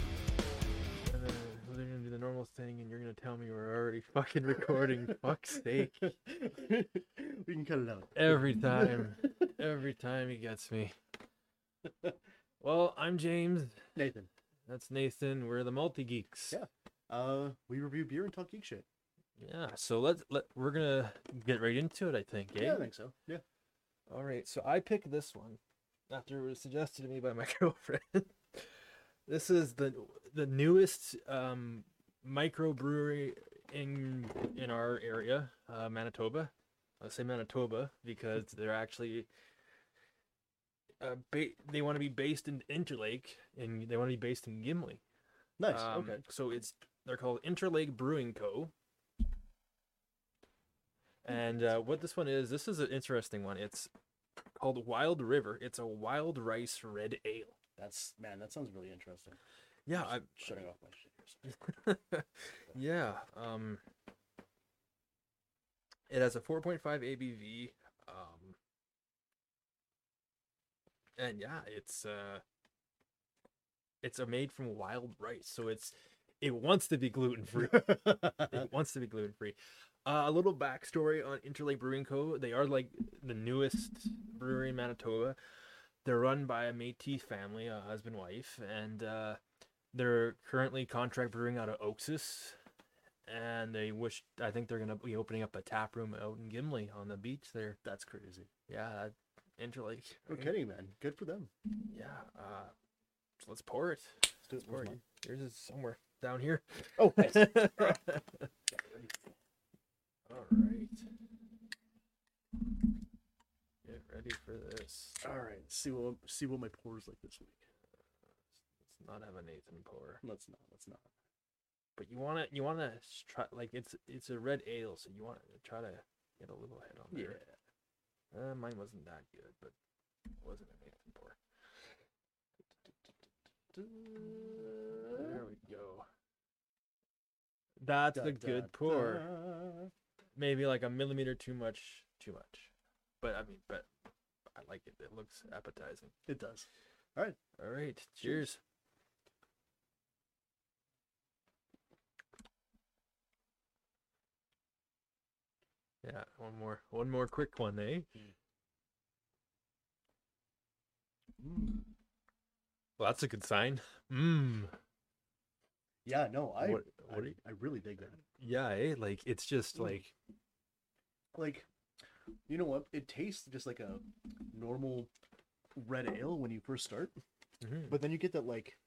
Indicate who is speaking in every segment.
Speaker 1: uh, thing and you're gonna tell me we're already fucking recording. Fuck's sake.
Speaker 2: we can cut it out.
Speaker 1: Every time. Every time he gets me. Well, I'm James.
Speaker 2: Nathan,
Speaker 1: That's Nathan. We're the multi geeks.
Speaker 2: Yeah. uh, we review beer and talk geek shit.
Speaker 1: Yeah, So let's let we're gonna get right into it. I think. eh?
Speaker 2: Yeah, I think so. Yeah.
Speaker 1: All right, so I picked this one after it was suggested to me by my girlfriend. this is the the newest um, microbrewery in in our area, uh, Manitoba. I say Manitoba because they're actually uh, ba- they want to be based in Interlake and they want to be based in Gimli.
Speaker 2: Nice.
Speaker 1: Um,
Speaker 2: okay.
Speaker 1: So it's they're called Interlake Brewing Co. And uh, what this one is, this is an interesting one. It's called Wild River. It's a wild rice red ale.
Speaker 2: That's man. That sounds really interesting.
Speaker 1: Yeah,
Speaker 2: I'm
Speaker 1: I,
Speaker 2: just shutting off my shit. Here. so-
Speaker 1: yeah. Um, it has a 4.5 ABV. Um, and yeah, it's uh, it's a made from wild rice, so it's it wants to be gluten free. it wants to be gluten free. Uh, a little backstory on Interlake Brewing Co. They are like the newest brewery in Manitoba. They're run by a Métis family, a husband wife, and uh, they're currently contract brewing out of Oxus, and they wish I think they're gonna be opening up a tap room out in Gimli on the beach there.
Speaker 2: That's crazy.
Speaker 1: Yeah, that- Interlake.
Speaker 2: No
Speaker 1: right?
Speaker 2: kidding, man. Good for them.
Speaker 1: Yeah. Uh, so let's pour it.
Speaker 2: Let's do it.
Speaker 1: Pour
Speaker 2: Where's
Speaker 1: it.
Speaker 2: mine?
Speaker 1: Yours is somewhere down here.
Speaker 2: Oh,
Speaker 1: All
Speaker 2: nice.
Speaker 1: right. Get ready for this.
Speaker 2: All right. See what see what my pour is like this week.
Speaker 1: Let's not have a Nathan pour.
Speaker 2: Let's not. Let's not.
Speaker 1: But you wanna you wanna s- try like it's it's a red ale, so you wanna try to get a little head on there. Uh, mine wasn't that good, but it wasn't a Nathan pour. There we go. That's
Speaker 2: Da,
Speaker 1: a
Speaker 2: da,
Speaker 1: good
Speaker 2: da.
Speaker 1: pour. Maybe like a millimeter too much, too much. But I mean, but I like it. It looks appetizing.
Speaker 2: It does.
Speaker 1: All right, cheers.
Speaker 2: Cheers.
Speaker 1: Yeah, one more, one more quick one, eh?
Speaker 2: Mm.
Speaker 1: Well, that's a good sign. Mmm.
Speaker 2: Yeah. No. I.
Speaker 1: What- what
Speaker 2: I,
Speaker 1: do you-
Speaker 2: I really dig that.
Speaker 1: Yeah, eh? Like it's just
Speaker 2: Mm.
Speaker 1: like
Speaker 2: like you know what it tastes just like a normal red ale when you first start
Speaker 1: mhm.
Speaker 2: but then you get that like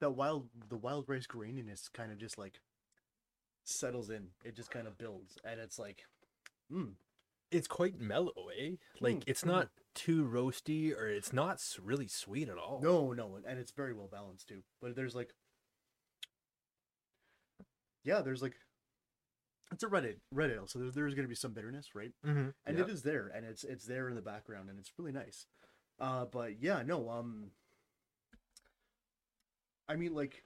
Speaker 2: that wild the wild rice graininess kind of just like settles in it just kind of builds and it's like mm,
Speaker 1: it's quite mellow, eh? Like
Speaker 2: Mm,
Speaker 1: it's
Speaker 2: mm.
Speaker 1: not too roasty or it's not s- really sweet at all.
Speaker 2: no no and it's very well balanced too but there's like yeah there's like it's a red ale, red ale so there, there's going to be some bitterness right
Speaker 1: Mhm.
Speaker 2: and
Speaker 1: Yeah.
Speaker 2: it is there and it's it's there in the background and it's really nice uh but yeah no um i mean like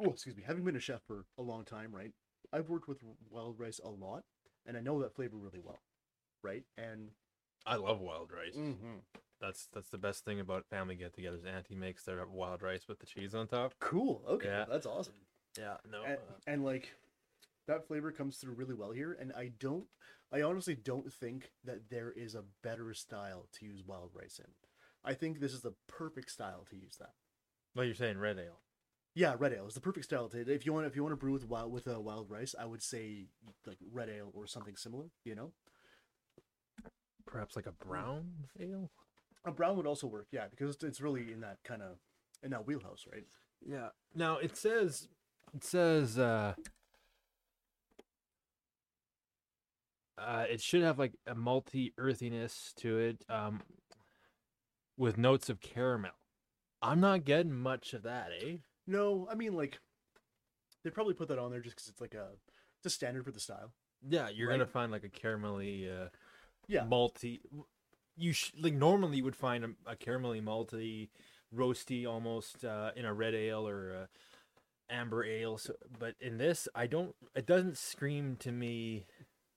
Speaker 2: oh excuse me having been a chef for a long time right i've worked with wild rice a lot and i know that flavor really well right and
Speaker 1: I love wild rice.
Speaker 2: Mm.
Speaker 1: That's that's the best thing about family get-togethers. Auntie makes their wild rice with the cheese on top.
Speaker 2: cool okay
Speaker 1: Yeah.
Speaker 2: that's awesome
Speaker 1: Yeah, no.
Speaker 2: and,
Speaker 1: uh,
Speaker 2: and like that flavor comes through really well here and i don't i honestly don't think that there is a better style to use wild rice in i think this is the perfect style to use that
Speaker 1: well, you're saying red ale.
Speaker 2: yeah red ale is the perfect style to if you want if you want to brew with wild with a wild rice i would say like red ale or something similar you know
Speaker 1: Perhaps like a
Speaker 2: Mm.
Speaker 1: brown ale?
Speaker 2: a brown would also work yeah because it's, it's really in that kind of in that wheelhouse right
Speaker 1: Yeah. Now it says it says uh uh it should have like a multi earthiness to it, um with notes of caramel. I'm not getting much of that, eh?
Speaker 2: no i mean like they probably put that on there just because it's like a it's a standard for the style
Speaker 1: Yeah, you're
Speaker 2: Right.
Speaker 1: gonna find like a caramelly uh
Speaker 2: yeah
Speaker 1: malty you sh- like normally you would find a, a caramelly malty roasty almost uh, in a red ale or a amber ale so, but in this i don't it doesn't scream to me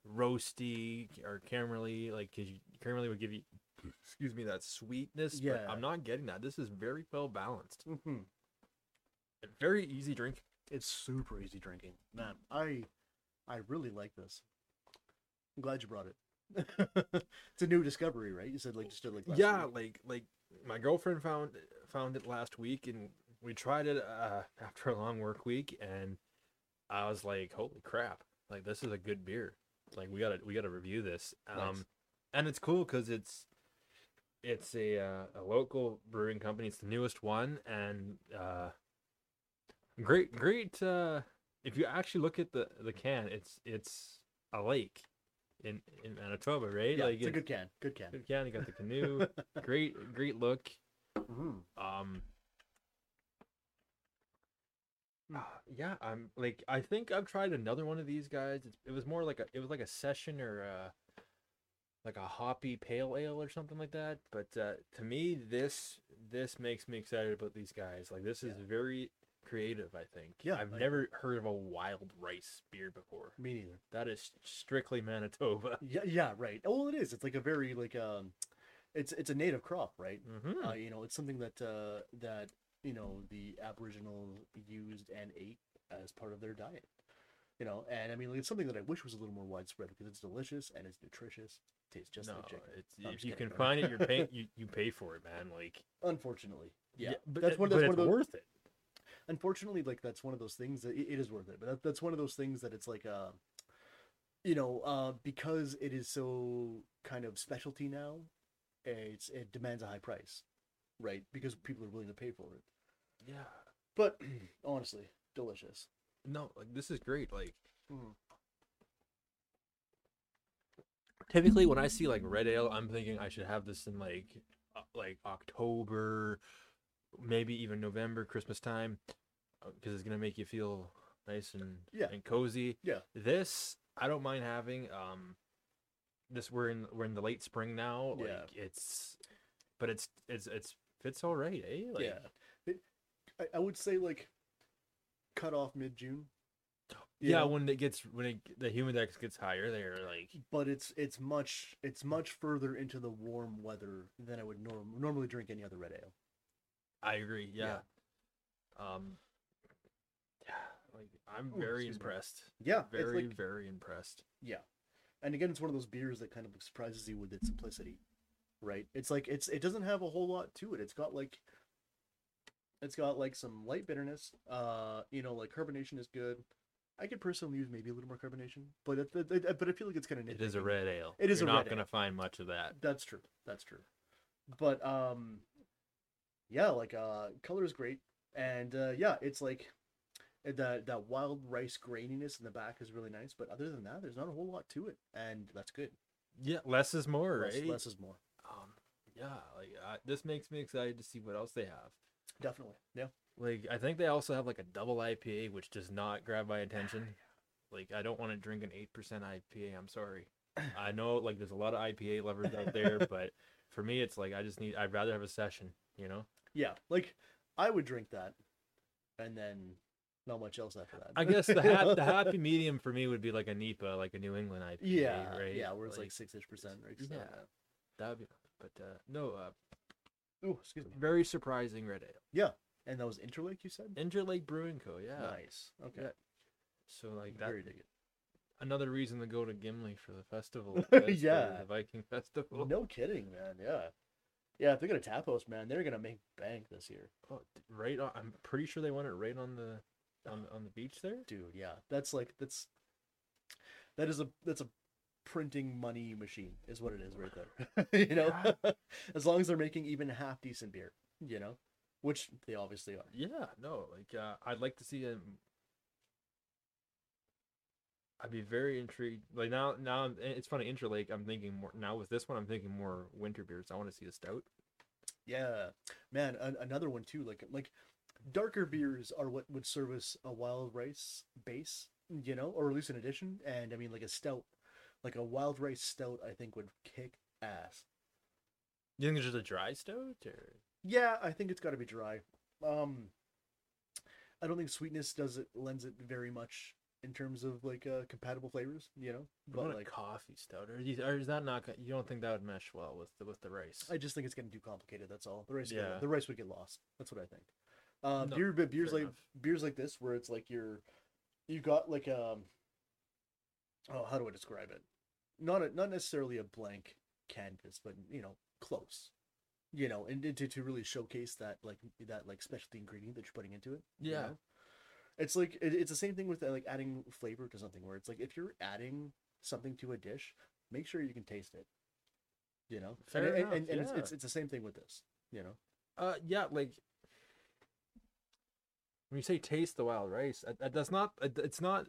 Speaker 1: roasty or caramelly like 'cause you- caramelly would give you excuse me, that sweetness.
Speaker 2: Yeah.
Speaker 1: But I'm not getting that. This is very well balanced.
Speaker 2: hmm
Speaker 1: Very easy drink.
Speaker 2: It's super easy drinking. Man, I I really like this. I'm glad you brought it. it's a new discovery, right? You said like just did like last
Speaker 1: yeah,
Speaker 2: week.
Speaker 1: like like my girlfriend found found it last week, and we tried it uh, after a long work week, and I was like, "Holy crap! Like this is a good beer. Like we gotta we gotta review this." Um,
Speaker 2: Nice.
Speaker 1: and it's cool because it's it's a uh, a local brewing company. It's the newest one, and uh, great great. Uh, if you actually look at the the can, it's it's a lake in in Manitoba, right?
Speaker 2: yeah,
Speaker 1: like
Speaker 2: it's a good can. Good can.
Speaker 1: Good can. You got the canoe. great, great look.
Speaker 2: Mhm.
Speaker 1: Um,
Speaker 2: Hmm.
Speaker 1: ah, yeah, I'm like I think I've tried another one of these guys. It's, it was more like a it was like a session or a like a hoppy pale ale or something like that. But uh, to me, this this makes me excited about these guys. Like this is
Speaker 2: Yeah.
Speaker 1: very creative. I think.
Speaker 2: Yeah,
Speaker 1: I've
Speaker 2: I-
Speaker 1: never heard of a wild rice beer before.
Speaker 2: Me neither.
Speaker 1: That is strictly Manitoba.
Speaker 2: Yeah, yeah, right. Oh, Well, it is. It's like a very like um, it's it's a native crop, right?
Speaker 1: Mm-hmm.
Speaker 2: Uh, you know, it's something that uh that you know the Aboriginals used and ate as part of their diet. You know, and I mean, like, it's something that I wish was a little more widespread because it's delicious and it's nutritious. tastes just
Speaker 1: no,
Speaker 2: like chicken.
Speaker 1: it's,
Speaker 2: No, I'm
Speaker 1: if
Speaker 2: just
Speaker 1: you
Speaker 2: kidding.
Speaker 1: can find it, you're pay, you you pay for it, man. Like
Speaker 2: Unfortunately, yeah,
Speaker 1: but
Speaker 2: that's
Speaker 1: it-
Speaker 2: one.
Speaker 1: but
Speaker 2: That's one of
Speaker 1: it's
Speaker 2: those.
Speaker 1: worth it.
Speaker 2: unfortunately like that's one of those things that it it is worth it but that, that's one of those things that it's like uh you know uh because it is so kind of specialty now it's it demands a high price right because people are willing to pay for it
Speaker 1: Yeah.
Speaker 2: but honestly delicious
Speaker 1: No, like this is great. Like
Speaker 2: Mhm.
Speaker 1: typically when I see like red ale, I'm thinking I should have this in like o- like October, maybe even November, Christmas time, because it's gonna make you feel nice and
Speaker 2: Yeah.
Speaker 1: and cozy.
Speaker 2: Yeah.
Speaker 1: This I don't mind having. Um, this we're in we're in the late spring now. Like
Speaker 2: Yeah.
Speaker 1: it's, but it's it's it's fits all right, eh? Like,
Speaker 2: yeah it, I, I would say like cut off mid-june you
Speaker 1: Yeah,
Speaker 2: know?
Speaker 1: when it gets when it, the humidex gets higher, they're like
Speaker 2: but it's it's much it's much further into the warm weather than i would norm- normally drink any other red ale
Speaker 1: I agree. Yeah.
Speaker 2: Yeah.
Speaker 1: Um. Yeah, like I'm
Speaker 2: Ooh,
Speaker 1: very
Speaker 2: excuse me.
Speaker 1: impressed.
Speaker 2: yeah it's
Speaker 1: Very,
Speaker 2: like-
Speaker 1: very impressed.
Speaker 2: Yeah. And again, it's one of those beers that kind of surprises you with its simplicity, right? It's like it's it doesn't have a whole lot to it. It's got like it's got like some light bitterness. Uh, you know, like carbonation is good. I could personally use maybe a little more carbonation, but it, it, it- but I feel like it's kind of
Speaker 1: It is a red ale.
Speaker 2: It is
Speaker 1: You're
Speaker 2: a
Speaker 1: not
Speaker 2: red
Speaker 1: gonna find much of that.
Speaker 2: That's true. That's true. But um, yeah, like uh, color is great, and uh, yeah, it's like eh, that that wild rice graininess in the back is really nice. But other than that, there's not a whole lot to it, and that's good.
Speaker 1: Yeah, less is more,
Speaker 2: Less-
Speaker 1: right?
Speaker 2: less is more.
Speaker 1: Um. Yeah, like I, this makes me excited to see what else they have.
Speaker 2: Definitely. Yeah.
Speaker 1: Like I think they also have like a double IPA, which does not grab my attention. Like I don't want to drink an eight percent IPA. I'm sorry. I know like there's a lot of IPA lovers out there, but for me, it's like I just need. I'd rather have a session. You know.
Speaker 2: Yeah. Like I would drink that and then not much else after that.
Speaker 1: I guess the hap- the happy medium for me would be like a NEPA, like a New England IPA,
Speaker 2: Yeah.
Speaker 1: right?
Speaker 2: Yeah, where it's like six ish percent or something like
Speaker 1: yeah. that would be. But uh, no, uh,
Speaker 2: that. Ooh, excuse me.
Speaker 1: very surprising red ale.
Speaker 2: And that was Interlake you said?
Speaker 1: Interlake Brewing Co. Yeah.
Speaker 2: Nice. Okay.
Speaker 1: Yeah, So like that,
Speaker 2: Very dig it.
Speaker 1: another reason to go to Gimli for the festival. I guess, the-
Speaker 2: Yeah.
Speaker 1: the Viking festival.
Speaker 2: No kidding, man. Yeah. Yeah, if they're gonna tap host, man, they're gonna make bank this year.
Speaker 1: Oh, d- right. On, I'm pretty sure they want it right on the on on the beach there.
Speaker 2: Dude, yeah. That's like that's that is a that's a printing money machine is what it is right there. you know? as long as they're making even half decent beer, you know? Which they obviously are.
Speaker 1: Yeah, no, like uh, I'd like to see him. I'd be very intrigued. Like now, now I'm, eh, it's funny. Interlake, I'm thinking more now with this one. I'm thinking more winter beers. I want to see a stout.
Speaker 2: Yeah, man, an another one too. Like like darker beers are what would service a wild rice base, you know, or at least an addition. And I mean, like a stout, like a wild rice stout, I think would kick ass.
Speaker 1: You think it's just a dry stout, or
Speaker 2: Yeah, I think it's got to be dry. Um, I don't think sweetness does it lends it very much in terms of like uh, compatible flavors, you know.
Speaker 1: What
Speaker 2: But
Speaker 1: about
Speaker 2: like,
Speaker 1: a coffee stout, or, is- or is that not? go- You don't think that would mesh well with the with the rice?
Speaker 2: I just think it's getting too complicated. That's all. The rice, would
Speaker 1: Yeah.
Speaker 2: get, the rice would get lost. That's what I think. Uh,
Speaker 1: No,
Speaker 2: beer, but beers
Speaker 1: fair
Speaker 2: like
Speaker 1: enough.
Speaker 2: beers like this, where it's like you're, you got like um, oh, how do I describe it? Not a, not necessarily a blank canvas, but you know, close. You know, and to, to really showcase that like that like specialty ingredient that you're putting into it. you
Speaker 1: Yeah.
Speaker 2: know? It's like it, it's the same thing with uh, like adding flavor to something where it's like if you're adding something to a dish, make sure you can taste it. You know, And-
Speaker 1: Fair
Speaker 2: and,
Speaker 1: enough,
Speaker 2: and, and it's,
Speaker 1: yeah.
Speaker 2: it's it's the same thing with this. You know,
Speaker 1: Uh, yeah, like when you say taste the wild rice, that- that does not. it- It's not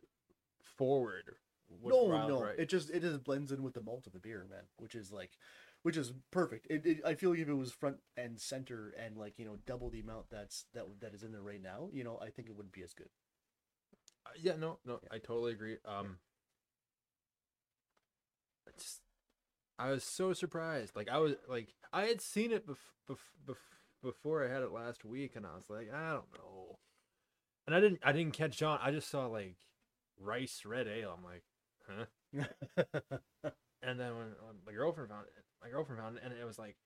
Speaker 1: forward. With
Speaker 2: no,
Speaker 1: wild
Speaker 2: no,
Speaker 1: rice.
Speaker 2: it just it just blends in with the malt of the beer, man, which is like, which is perfect. It, it I feel like if it was front and center and like you know double the amount that's that that is in there right now, you know, I think it wouldn't be as good.
Speaker 1: Uh, yeah, no, no,
Speaker 2: Yeah.
Speaker 1: I totally agree. Um, I just, I was so surprised. Like I was like I had seen it bef- bef- bef- before I had it last week, and I was like, I don't know. And I didn't, I didn't catch on. I just saw like rice red ale. I'm like, huh? And then when um, my girlfriend found it, my girlfriend found it, and it was like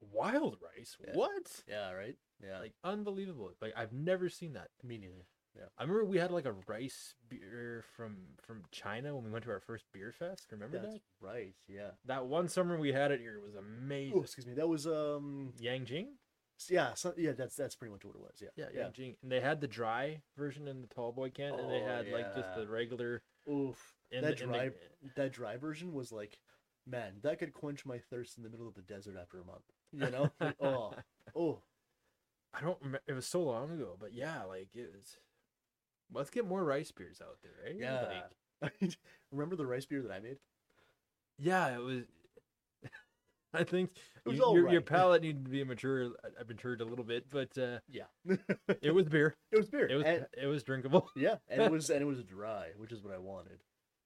Speaker 1: wild rice.
Speaker 2: Yeah.
Speaker 1: What?
Speaker 2: yeah, right. Yeah,
Speaker 1: Like unbelievable. Like I've never seen that.
Speaker 2: me neither.
Speaker 1: I remember we had like a rice beer from from China when we went to our first beer fest. Remember
Speaker 2: That's
Speaker 1: that?
Speaker 2: right. Yeah.
Speaker 1: That one summer we had it here it was amazing.
Speaker 2: Oh, excuse me. That was um.
Speaker 1: Yangjing?
Speaker 2: Yeah, so, yeah. That's that's pretty much what it was. Yeah.
Speaker 1: Yeah, Yangjing. And they had the dry version in the tall boy can, and they
Speaker 2: Oh,
Speaker 1: had like just
Speaker 2: yeah.
Speaker 1: the regular.
Speaker 2: Oof.
Speaker 1: In
Speaker 2: That
Speaker 1: the, in the-
Speaker 2: dry- that dry version was like, man, that could quench my thirst in the middle of the desert after a month. You know? Like, oh, oh,
Speaker 1: I don't. remember. It was so long ago, but yeah, like it was. Let's get more rice beers out there, eh, right?
Speaker 2: yeah.
Speaker 1: Like,
Speaker 2: Remember the rice beer that I made?
Speaker 1: yeah, it was. I think
Speaker 2: was
Speaker 1: you- your, your
Speaker 2: alright.
Speaker 1: palate needed to be mature, uh, matured a little bit, but uh,
Speaker 2: Yeah.
Speaker 1: it was beer.
Speaker 2: It was beer.
Speaker 1: It was
Speaker 2: and,
Speaker 1: it was drinkable.
Speaker 2: yeah, and it was and it was dry, which is what I wanted.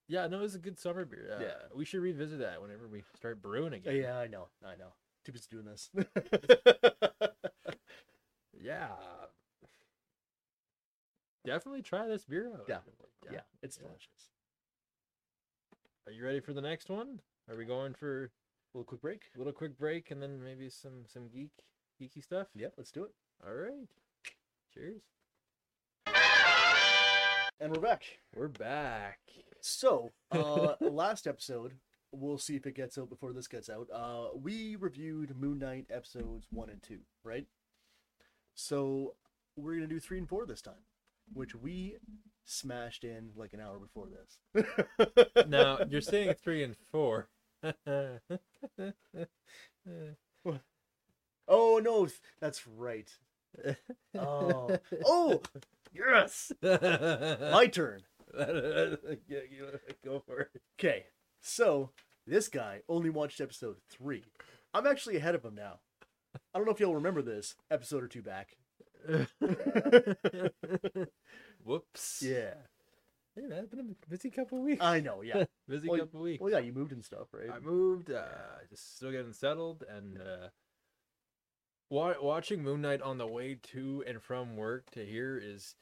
Speaker 1: Yeah, no, it's a good summer beer. Uh,
Speaker 2: Yeah. Oh,
Speaker 1: we should revisit that whenever we start brewing
Speaker 2: Yeah,
Speaker 1: again.
Speaker 2: I know, I know. Too busy doing this.
Speaker 1: yeah. Definitely try this beer out.
Speaker 2: Yeah. yeah, it's
Speaker 1: Yeah.
Speaker 2: delicious.
Speaker 1: Are you ready for the next one? Are we going for
Speaker 2: A little quick break.
Speaker 1: a little quick break and then maybe some some geek geeky stuff?
Speaker 2: Yeah, let's do it.
Speaker 1: All right. Cheers.
Speaker 2: And we're back.
Speaker 1: We're back.
Speaker 2: So, uh, last episode, we'll see if it gets out before this gets out. Uh, we reviewed Moon Knight episodes one and two, right? So we're gonna do three and four this time, which we smashed in like an hour before this.
Speaker 1: Now you're saying three and four.
Speaker 2: oh no, th- that's right. Oh, oh, yes, my turn.
Speaker 1: Go for it.
Speaker 2: Okay, so this guy only watched episode three. I'm actually ahead of him now. I don't know if y'all remember this episode or two back.
Speaker 1: Whoops.
Speaker 2: Yeah,
Speaker 1: Hey, man, it's been a busy couple of weeks.
Speaker 2: I know. Yeah,
Speaker 1: busy
Speaker 2: well,
Speaker 1: couple of weeks.
Speaker 2: Well, yeah, you moved and stuff, right?
Speaker 1: I moved. Uh, just still getting settled, and uh, wa- watching Moon Knight on the way to and from work to here is,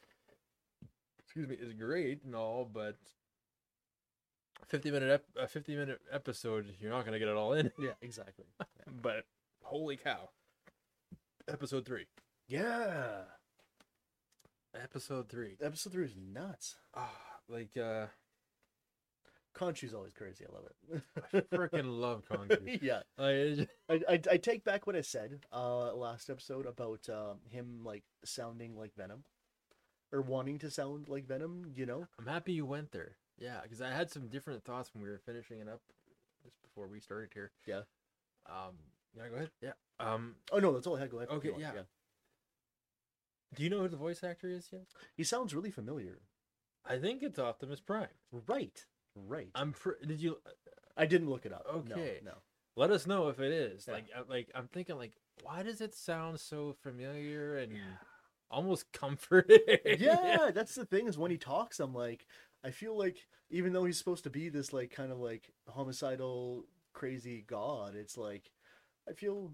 Speaker 1: excuse me, is great and all, but fifty minute ep- a fifty minute episode, you're not gonna get it all in.
Speaker 2: yeah, exactly.
Speaker 1: But holy cow, episode three.
Speaker 2: Yeah,
Speaker 1: Episode three.
Speaker 2: episode three is nuts.
Speaker 1: Ah, like uh,
Speaker 2: Conchu's always crazy. I love
Speaker 1: I
Speaker 2: it.
Speaker 1: freaking love Conquer.
Speaker 2: yeah,
Speaker 1: Like, it's just-
Speaker 2: I, I I take back what I said uh last episode about um him like sounding like Venom, or wanting to sound like Venom. You know?
Speaker 1: I'm happy you went there. Yeah, because I had some different thoughts when we were finishing it up just before we started here.
Speaker 2: Yeah.
Speaker 1: Um. Yeah. Go ahead. Yeah. Um.
Speaker 2: Oh no, that's all I had. Go ahead.
Speaker 1: Okay,
Speaker 2: Go on,
Speaker 1: yeah. Do you know who the voice actor is yet?
Speaker 2: He sounds really familiar.
Speaker 1: I think it's Optimus Prime.
Speaker 2: Right. Right.
Speaker 1: I'm. Pr- did you
Speaker 2: I didn't look it up.
Speaker 1: Okay.
Speaker 2: No. no.
Speaker 1: let us know if it is?
Speaker 2: Yeah.
Speaker 1: Like, I- like I'm thinking, like, why does it sound so familiar and almost comforting?
Speaker 2: yeah, that's the thing is when he talks, I'm like, I feel like even though he's supposed to be this like kind of like homicidal crazy god, it's like I feel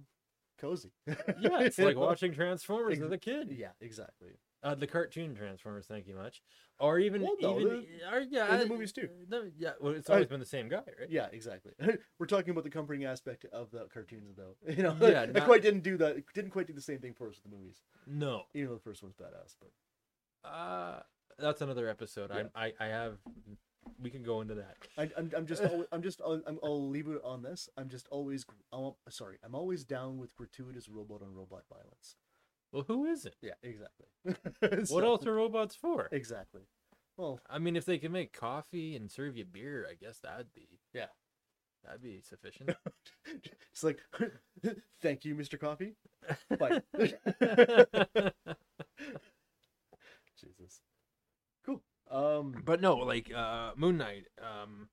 Speaker 2: cozy.
Speaker 1: yeah. It's like
Speaker 2: watching.
Speaker 1: watching Transformers
Speaker 2: Ex-
Speaker 1: with a kid.
Speaker 2: Yeah, exactly.
Speaker 1: Uh, the cartoon Transformers, thank you much, or even
Speaker 2: Well, no,
Speaker 1: even or, yeah,
Speaker 2: and the
Speaker 1: I-
Speaker 2: movies too.
Speaker 1: uh, No, yeah, well, it's
Speaker 2: I-
Speaker 1: always been the same guy, right?
Speaker 2: Yeah, exactly. We're talking about the comforting aspect of the cartoons, though. You know,
Speaker 1: Yeah,
Speaker 2: they
Speaker 1: not-
Speaker 2: quite didn't do that. Didn't quite do the same thing for us with the movies.
Speaker 1: No,
Speaker 2: Even though the first one's badass, but
Speaker 1: uh, that's another episode.
Speaker 2: Yeah.
Speaker 1: I, I I have. We can go into that.
Speaker 2: I, I'm, I'm just, alwa- I'm just, I'll- I'm, I'll leave it on this. I'm just always, gr- I'm, sorry, I'm always down with gratuitous robot on robot violence.
Speaker 1: Well, who is it?
Speaker 2: Yeah, exactly.
Speaker 1: What else are robots for?
Speaker 2: Exactly. Well,
Speaker 1: I mean, if they can make coffee and serve you beer, I guess that'd be
Speaker 2: Yeah.
Speaker 1: that'd be sufficient.
Speaker 2: it's like, thank you, Mr. Coffee. Bye. Jesus. Cool. Um.
Speaker 1: but no, like uh, Moon Knight. Um,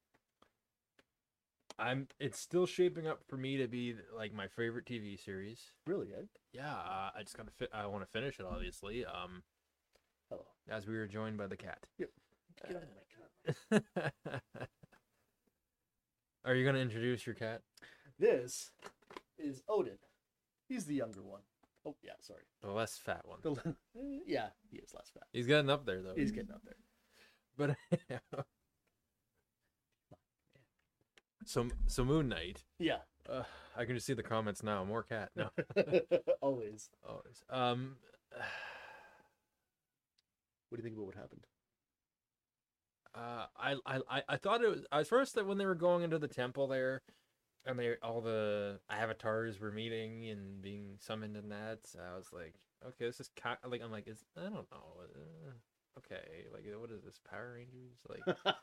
Speaker 1: I'm. It's still shaping up for me to be like my favorite TV series.
Speaker 2: Really, Ed.
Speaker 1: Yeah, uh, I just gotta. Fi- I want to finish it, obviously. Um,
Speaker 2: Hello.
Speaker 1: as we were joined by the cat.
Speaker 2: Get out of my car.
Speaker 1: Are you gonna introduce your cat?
Speaker 2: This is Odin. He's the younger one. Oh yeah, sorry.
Speaker 1: The less fat one.
Speaker 2: The l- yeah, he is less fat.
Speaker 1: He's getting up there though.
Speaker 2: He's getting up there.
Speaker 1: But so so Moon Knight.
Speaker 2: Yeah.
Speaker 1: Uh, I can just see the comments now. More cat. No.
Speaker 2: Always.
Speaker 1: Always. Um.
Speaker 2: What do you think about what happened?
Speaker 1: Uh, I, I I I thought it was at first that when they were going into the temple there, and they all the avatars were meeting and being summoned in that. I was like, okay, this is ca- like I'm like, is I don't know. Uh, okay, like what is this Power Rangers? Like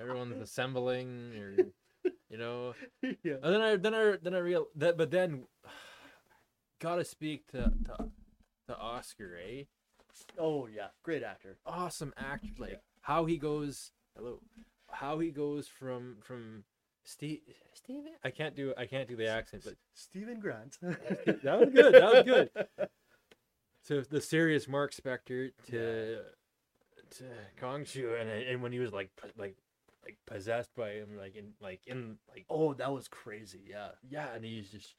Speaker 1: everyone's assembling, or you know.
Speaker 2: yeah.
Speaker 1: And then I then I then I real that but then gotta speak to to, to Oscar, eh?
Speaker 2: Oh yeah, great actor.
Speaker 1: Awesome actor, like how he goes hello, how he goes from from Steve Steven. I can't do I can't do the accent, but
Speaker 2: Stephen Grant.
Speaker 1: that was good. That was good. So the serious Mark Spector to to Kong Chu, and and when he was like p- like like possessed by him, like in like in like
Speaker 2: Oh, that was crazy. Yeah.
Speaker 1: yeah, and he's just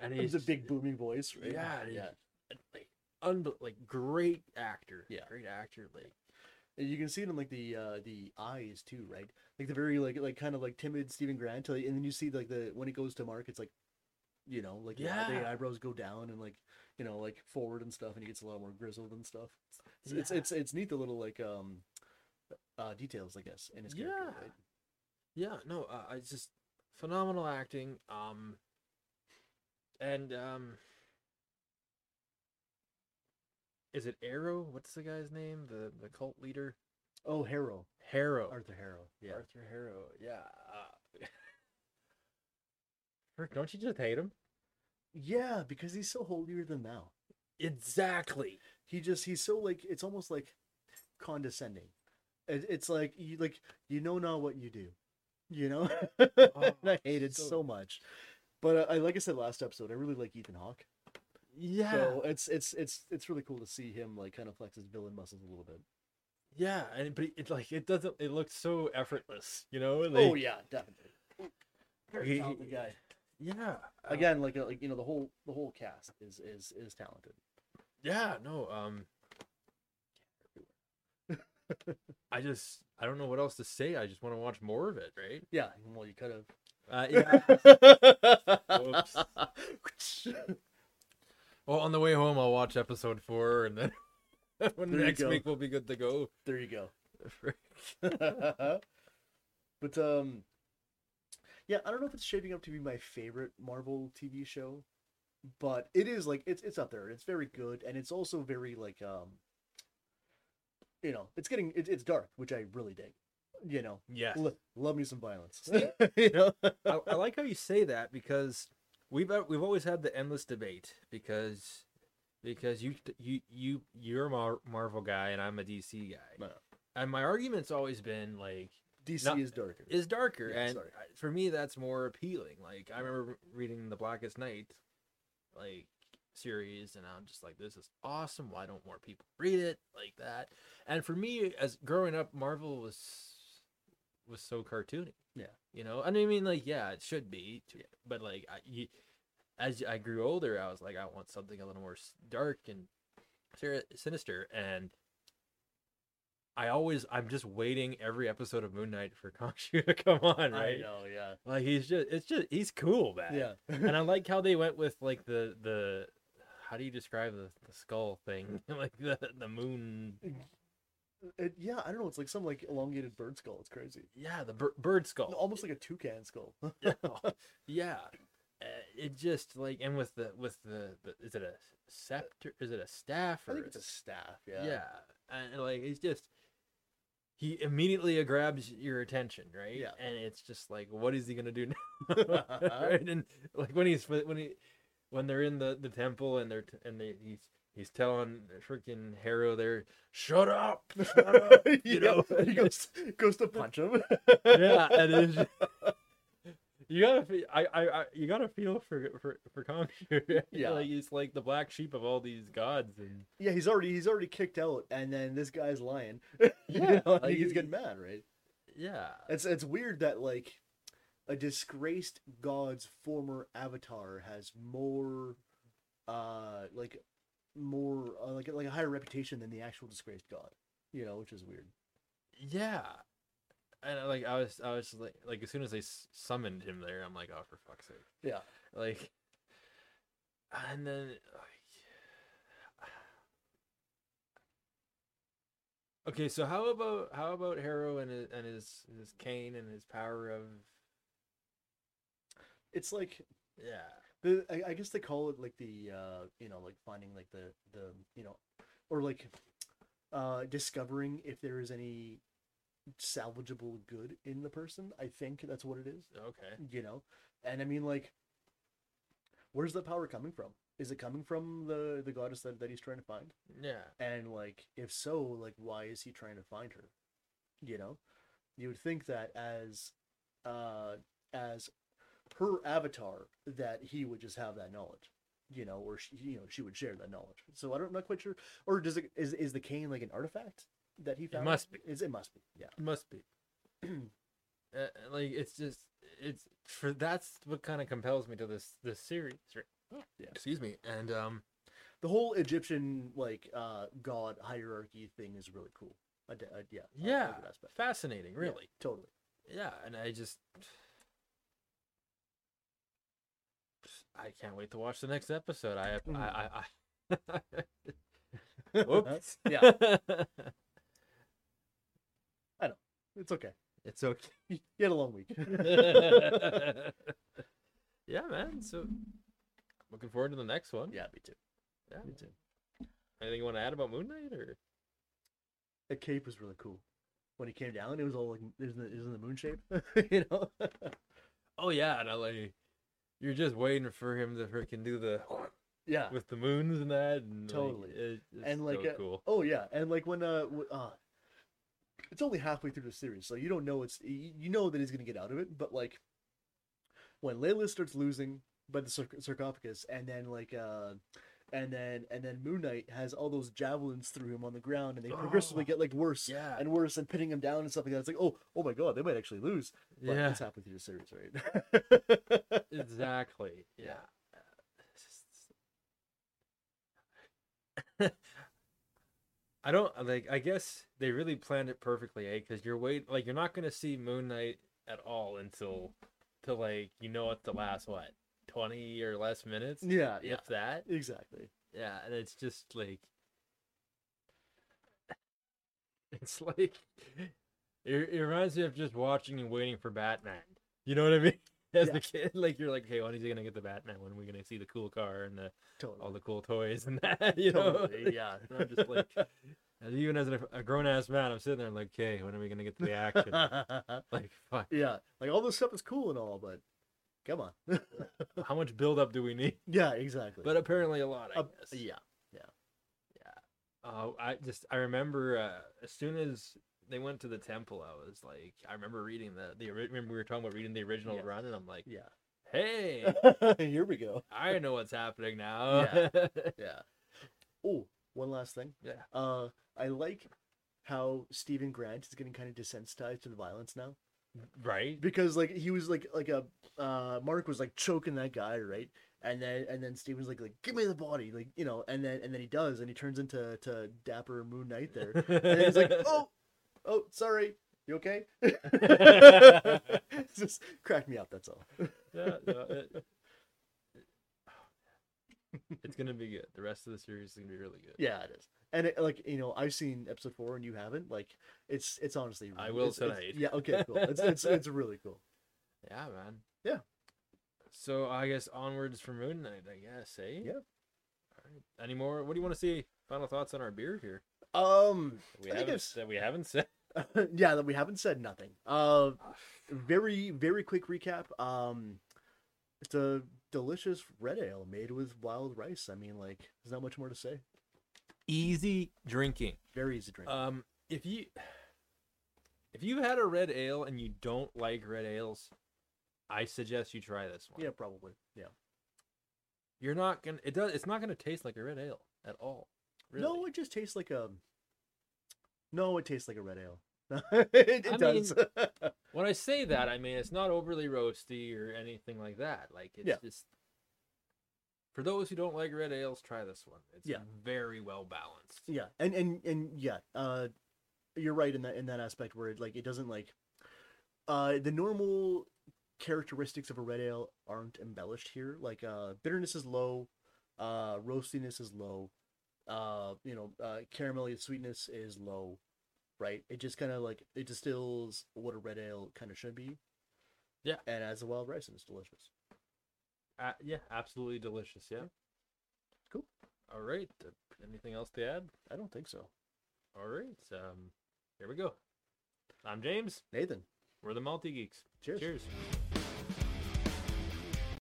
Speaker 1: and
Speaker 2: It
Speaker 1: he's
Speaker 2: was a big booming voice, right?
Speaker 1: Yeah, it is.
Speaker 2: yeah.
Speaker 1: like unbe- like great actor.
Speaker 2: Yeah.
Speaker 1: great actor. Like
Speaker 2: And you can see it in like the uh the eyes too, right? Like the very like like kind of like timid Stephen Grant, like, and then you see like the when it goes to Mark, it's like, you know, like yeah, the
Speaker 1: Yeah.
Speaker 2: eyebrows go down and like you know like forward and stuff, and he gets a lot more grizzled and stuff. It's it's,
Speaker 1: Yeah.
Speaker 2: it's it's neat the little like um uh details I guess in his character.
Speaker 1: Yeah.
Speaker 2: Right?
Speaker 1: yeah, no, uh, I just phenomenal acting. Um, and um, is it Arrow? What's the guy's name? The the cult leader
Speaker 2: Oh, Harrow,
Speaker 1: Harrow.
Speaker 2: Arthur Harrow. Yeah,
Speaker 1: Arthur Harrow. Yeah. Uh, Rick, don't you just hate him?
Speaker 2: yeah, because he's so holier than thou.
Speaker 1: Exactly.
Speaker 2: he just he's so like it's almost like condescending it, it's like you like you know not what you do you know And i hate it Oh, so,
Speaker 1: so-
Speaker 2: much but uh, I, I like i said last episode i really like ethan hawke
Speaker 1: Yeah.
Speaker 2: so it's it's it's it's really cool to see him like kind of flex his villain muscles a little bit
Speaker 1: Yeah, and but it like it doesn't. It looks so effortless, you know.
Speaker 2: oh
Speaker 1: like-
Speaker 2: yeah definitely
Speaker 1: He-
Speaker 2: very
Speaker 1: he-
Speaker 2: talented guy
Speaker 1: yeah. uh,
Speaker 2: again like uh, like you know the whole the whole cast is is is talented
Speaker 1: yeah. No. Um. I just I don't know what else to say. I just want to watch more of it, right?
Speaker 2: yeah well you could have
Speaker 1: Uh, yeah. well, on the way home, I'll watch episode four, and then when
Speaker 2: There you
Speaker 1: next
Speaker 2: go.
Speaker 1: week we'll be good to go.
Speaker 2: there you go but um yeah i don't know if it's shaping up to be my favorite marvel tv show but it is like it's it's up there it's very good and it's also very like um you know it's getting it, it's dark which i really dig you know
Speaker 1: yeah.
Speaker 2: Lo- love me some violence you know
Speaker 1: I, I like how you say that because we've al- we've always had the endless debate because because you you you you're a Mar- Marvel guy and I'm a DC guy,
Speaker 2: No.
Speaker 1: and my argument's always been like
Speaker 2: dc
Speaker 1: Not-
Speaker 2: is darker
Speaker 1: is darker,
Speaker 2: Yeah,
Speaker 1: and
Speaker 2: sorry.
Speaker 1: I- for me that's more appealing. Like I remember re- reading the Blackest Night, like series and i'm just like this is awesome why don't more people read it like that and for me as growing up marvel was was so cartoony
Speaker 2: Yeah.
Speaker 1: you know and i mean like yeah it should be to- but like I, you, as i grew older i was like i want something a little more s- dark and Sir- sinister and i always i'm just waiting every episode of moon knight for kangshu to come on
Speaker 2: I
Speaker 1: right
Speaker 2: know, yeah.
Speaker 1: like he's just it's just he's cool man
Speaker 2: Yeah.
Speaker 1: and i like how they went with like the the how do you describe the, the skull thing like the the moon
Speaker 2: It, yeah, I don't know. It's like some like elongated bird skull. It's crazy.
Speaker 1: yeah the bir- bird skull
Speaker 2: Almost like a toucan skull.
Speaker 1: yeah, yeah. Uh, it just like and with the with the, the is it a scepter is it a staff or
Speaker 2: I think it's a staff. Yeah.
Speaker 1: yeah. and and, like it's just he immediately grabs your attention right
Speaker 2: Yeah.
Speaker 1: and it's just like what is he gonna do now right? and like when he's when he when they're in the the temple and they're t- and they he's he's telling freaking Harrow there shut up shut up you know
Speaker 2: Yeah, he goes goes to punch him.
Speaker 1: yeah, and it's just, you gotta fe- I, I I you gotta feel for for for Khonshu. right?
Speaker 2: Yeah.
Speaker 1: like he's like the black sheep of all these gods, and
Speaker 2: Yeah, he's already he's already kicked out, and then this guy's lying. You
Speaker 1: Yeah,
Speaker 2: know,
Speaker 1: like,
Speaker 2: like he's
Speaker 1: he-
Speaker 2: getting mad, right?
Speaker 1: yeah,
Speaker 2: It's it's weird that like a disgraced god's former avatar has more, uh, like more uh, like like a higher reputation than the actual disgraced god. You know, which is weird.
Speaker 1: yeah. And uh, like I was, I was like, like as soon as they s- summoned him there, I'm like, oh, for fuck's sake!
Speaker 2: Yeah.
Speaker 1: Like, and then, like, okay, so how about how about Harrow and his, and his his cane and his power of
Speaker 2: It's like
Speaker 1: yeah.
Speaker 2: the I, I guess they call it like the uh you know like finding like the the you know or like uh discovering if there is any salvageable good in the person i think that's what it is
Speaker 1: Okay.
Speaker 2: you know and i mean like where's the power coming from is it coming from the the goddess that, that he's trying to find
Speaker 1: Yeah.
Speaker 2: and like if so like why is he trying to find her you know you would think that as uh as her avatar that he would just have that knowledge you know or she, you know she would share that knowledge so i don't I'm not quite sure or does it is is the cane like an artifact that he found
Speaker 1: must be.
Speaker 2: is it must be yeah
Speaker 1: Must be. uh, like it's just it's for that's what kind of compels me to this this series. right?
Speaker 2: Yeah.
Speaker 1: Excuse me. And um
Speaker 2: the whole egyptian like uh god hierarchy thing is really cool I, d- I- yeah I- I like
Speaker 1: yeah,
Speaker 2: that aspect.
Speaker 1: fascinating,
Speaker 2: Yeah,
Speaker 1: really.
Speaker 2: totally
Speaker 1: Yeah. and I just I can't wait to watch the next episode. I
Speaker 2: Mhm.
Speaker 1: I I, I... Whoops.
Speaker 2: Yeah. it's okay
Speaker 1: it's okay.
Speaker 2: you had a long week
Speaker 1: yeah, man. So looking forward to the next one.
Speaker 2: yeah me too
Speaker 1: Yeah.
Speaker 2: me too
Speaker 1: Anything you want to add about Moon Knight or
Speaker 2: the cape was really cool. When he came down, it was all like it was in the, it was in the moon shape, you know.
Speaker 1: Oh yeah, and I like you're just waiting for him to freaking do the
Speaker 2: yeah.
Speaker 1: with the moons and that and like,
Speaker 2: Totally.
Speaker 1: it- it's
Speaker 2: And, like,
Speaker 1: so
Speaker 2: uh,
Speaker 1: cool.
Speaker 2: Oh yeah, and like when uh, w- uh it's only halfway through the series, so you don't know it's y- you know that he's gonna get out of it, but like when Layla starts losing by the sarc- sarcophagus, and then like uh. And then and then Moon Knight has all those javelins through him on the ground, and they progressively
Speaker 1: Oh.
Speaker 2: get like worse
Speaker 1: Yeah.
Speaker 2: and worse, and pinning him down and stuff like that. It's like, oh, oh my god, they might actually lose. But
Speaker 1: yeah.
Speaker 2: it's halfway through the series, right?
Speaker 1: exactly. Yeah.
Speaker 2: Yeah.
Speaker 1: I don't like. I guess they really planned it perfectly, eh? Because you're wait, like you're not gonna see Moon Knight at all until, till like you know what the last what twenty or less minutes,
Speaker 2: yeah, yeah,
Speaker 1: if that.
Speaker 2: exactly.
Speaker 1: Yeah, and it's just like it's like it, it reminds me of just watching and waiting for Batman. You know what I mean? As
Speaker 2: Yeah.
Speaker 1: a kid, like you're like, okay, when is he gonna get the Batman? When are we gonna see the cool car and the
Speaker 2: Totally.
Speaker 1: all the cool toys and that? You know?
Speaker 2: Totally, yeah.
Speaker 1: And I'm just like, and even as a, a grown ass man, I'm sitting there like, okay, when are we gonna get to the action? like, fuck,
Speaker 2: yeah, like all this stuff is cool and all, but come on.
Speaker 1: how much build up do we need?
Speaker 2: yeah, exactly.
Speaker 1: But apparently, a lot. I
Speaker 2: Uh,
Speaker 1: guess.
Speaker 2: yeah,
Speaker 1: Oh, I just I remember uh, as soon as they went to the temple, I was like, I remember reading the the ori- remember we were talking about reading the original
Speaker 2: Yeah.
Speaker 1: run, and I'm like,
Speaker 2: yeah.
Speaker 1: hey,
Speaker 2: Here we go.
Speaker 1: I know what's happening now.
Speaker 2: Yeah. Oh, one last thing.
Speaker 1: Yeah.
Speaker 2: Uh, I like how Stephen Grant is getting kind of desensitized to the violence now.
Speaker 1: right?
Speaker 2: because like he was like like a uh Mark was like choking that guy right and then and then Steven's like like give me the body like you know and then and then he does and he turns into to Dapper Moon Knight there and he's like oh oh sorry you okay It's just cracked me up that's all
Speaker 1: Yeah, no, it- it's gonna be good. The rest of the series is gonna be really good.
Speaker 2: yeah it is and it, like you know I've seen episode four and you haven't like it's it's honestly
Speaker 1: I will
Speaker 2: it's- it's-
Speaker 1: tonight.
Speaker 2: yeah okay cool it's it's it's really cool
Speaker 1: Yeah, man.
Speaker 2: Yeah.
Speaker 1: So I guess onwards from Moon Knight, I guess, eh?
Speaker 2: Yeah.
Speaker 1: Alright. Any more? What do you want to see? Final thoughts on our beer here?
Speaker 2: um
Speaker 1: That we
Speaker 2: I think
Speaker 1: haven't-
Speaker 2: it's-
Speaker 1: that we haven't said.
Speaker 2: yeah that we haven't said nothing uh very very quick recap um it's a delicious red ale made with wild rice i mean like there's not much more to say
Speaker 1: Easy drinking.
Speaker 2: very easy drink
Speaker 1: Um, if you if you've had a red ale and you don't like red ales, I suggest you try this one.
Speaker 2: yeah probably yeah
Speaker 1: You're not gonna. It does. It's not gonna taste like a red ale at all. Really.
Speaker 2: no it just tastes like a no it tastes like a red ale it,
Speaker 1: I
Speaker 2: it does
Speaker 1: When I say that, I mean it's not overly roasty or anything like that. Like it's
Speaker 2: Yeah.
Speaker 1: just for those who don't like red ales, try this one. It's
Speaker 2: Yeah.
Speaker 1: very well balanced.
Speaker 2: yeah and and and yeah uh you're right in that in that aspect where it like it doesn't like uh the normal characteristics of a red ale aren't embellished here like uh bitterness is low uh roastiness is low uh you know uh caramelly sweetness is low right it just kind of like it distills what a red ale kind of should be
Speaker 1: Yeah.
Speaker 2: and as a wild rice and it's delicious
Speaker 1: Uh, yeah, absolutely delicious. Yeah.
Speaker 2: Cool.
Speaker 1: All right. uh, Anything else to add?
Speaker 2: i don't think so
Speaker 1: All right. Um, here we go. I'm James.
Speaker 2: nathan
Speaker 1: We're the Multi Geeks.
Speaker 2: cheers.
Speaker 1: Cheers.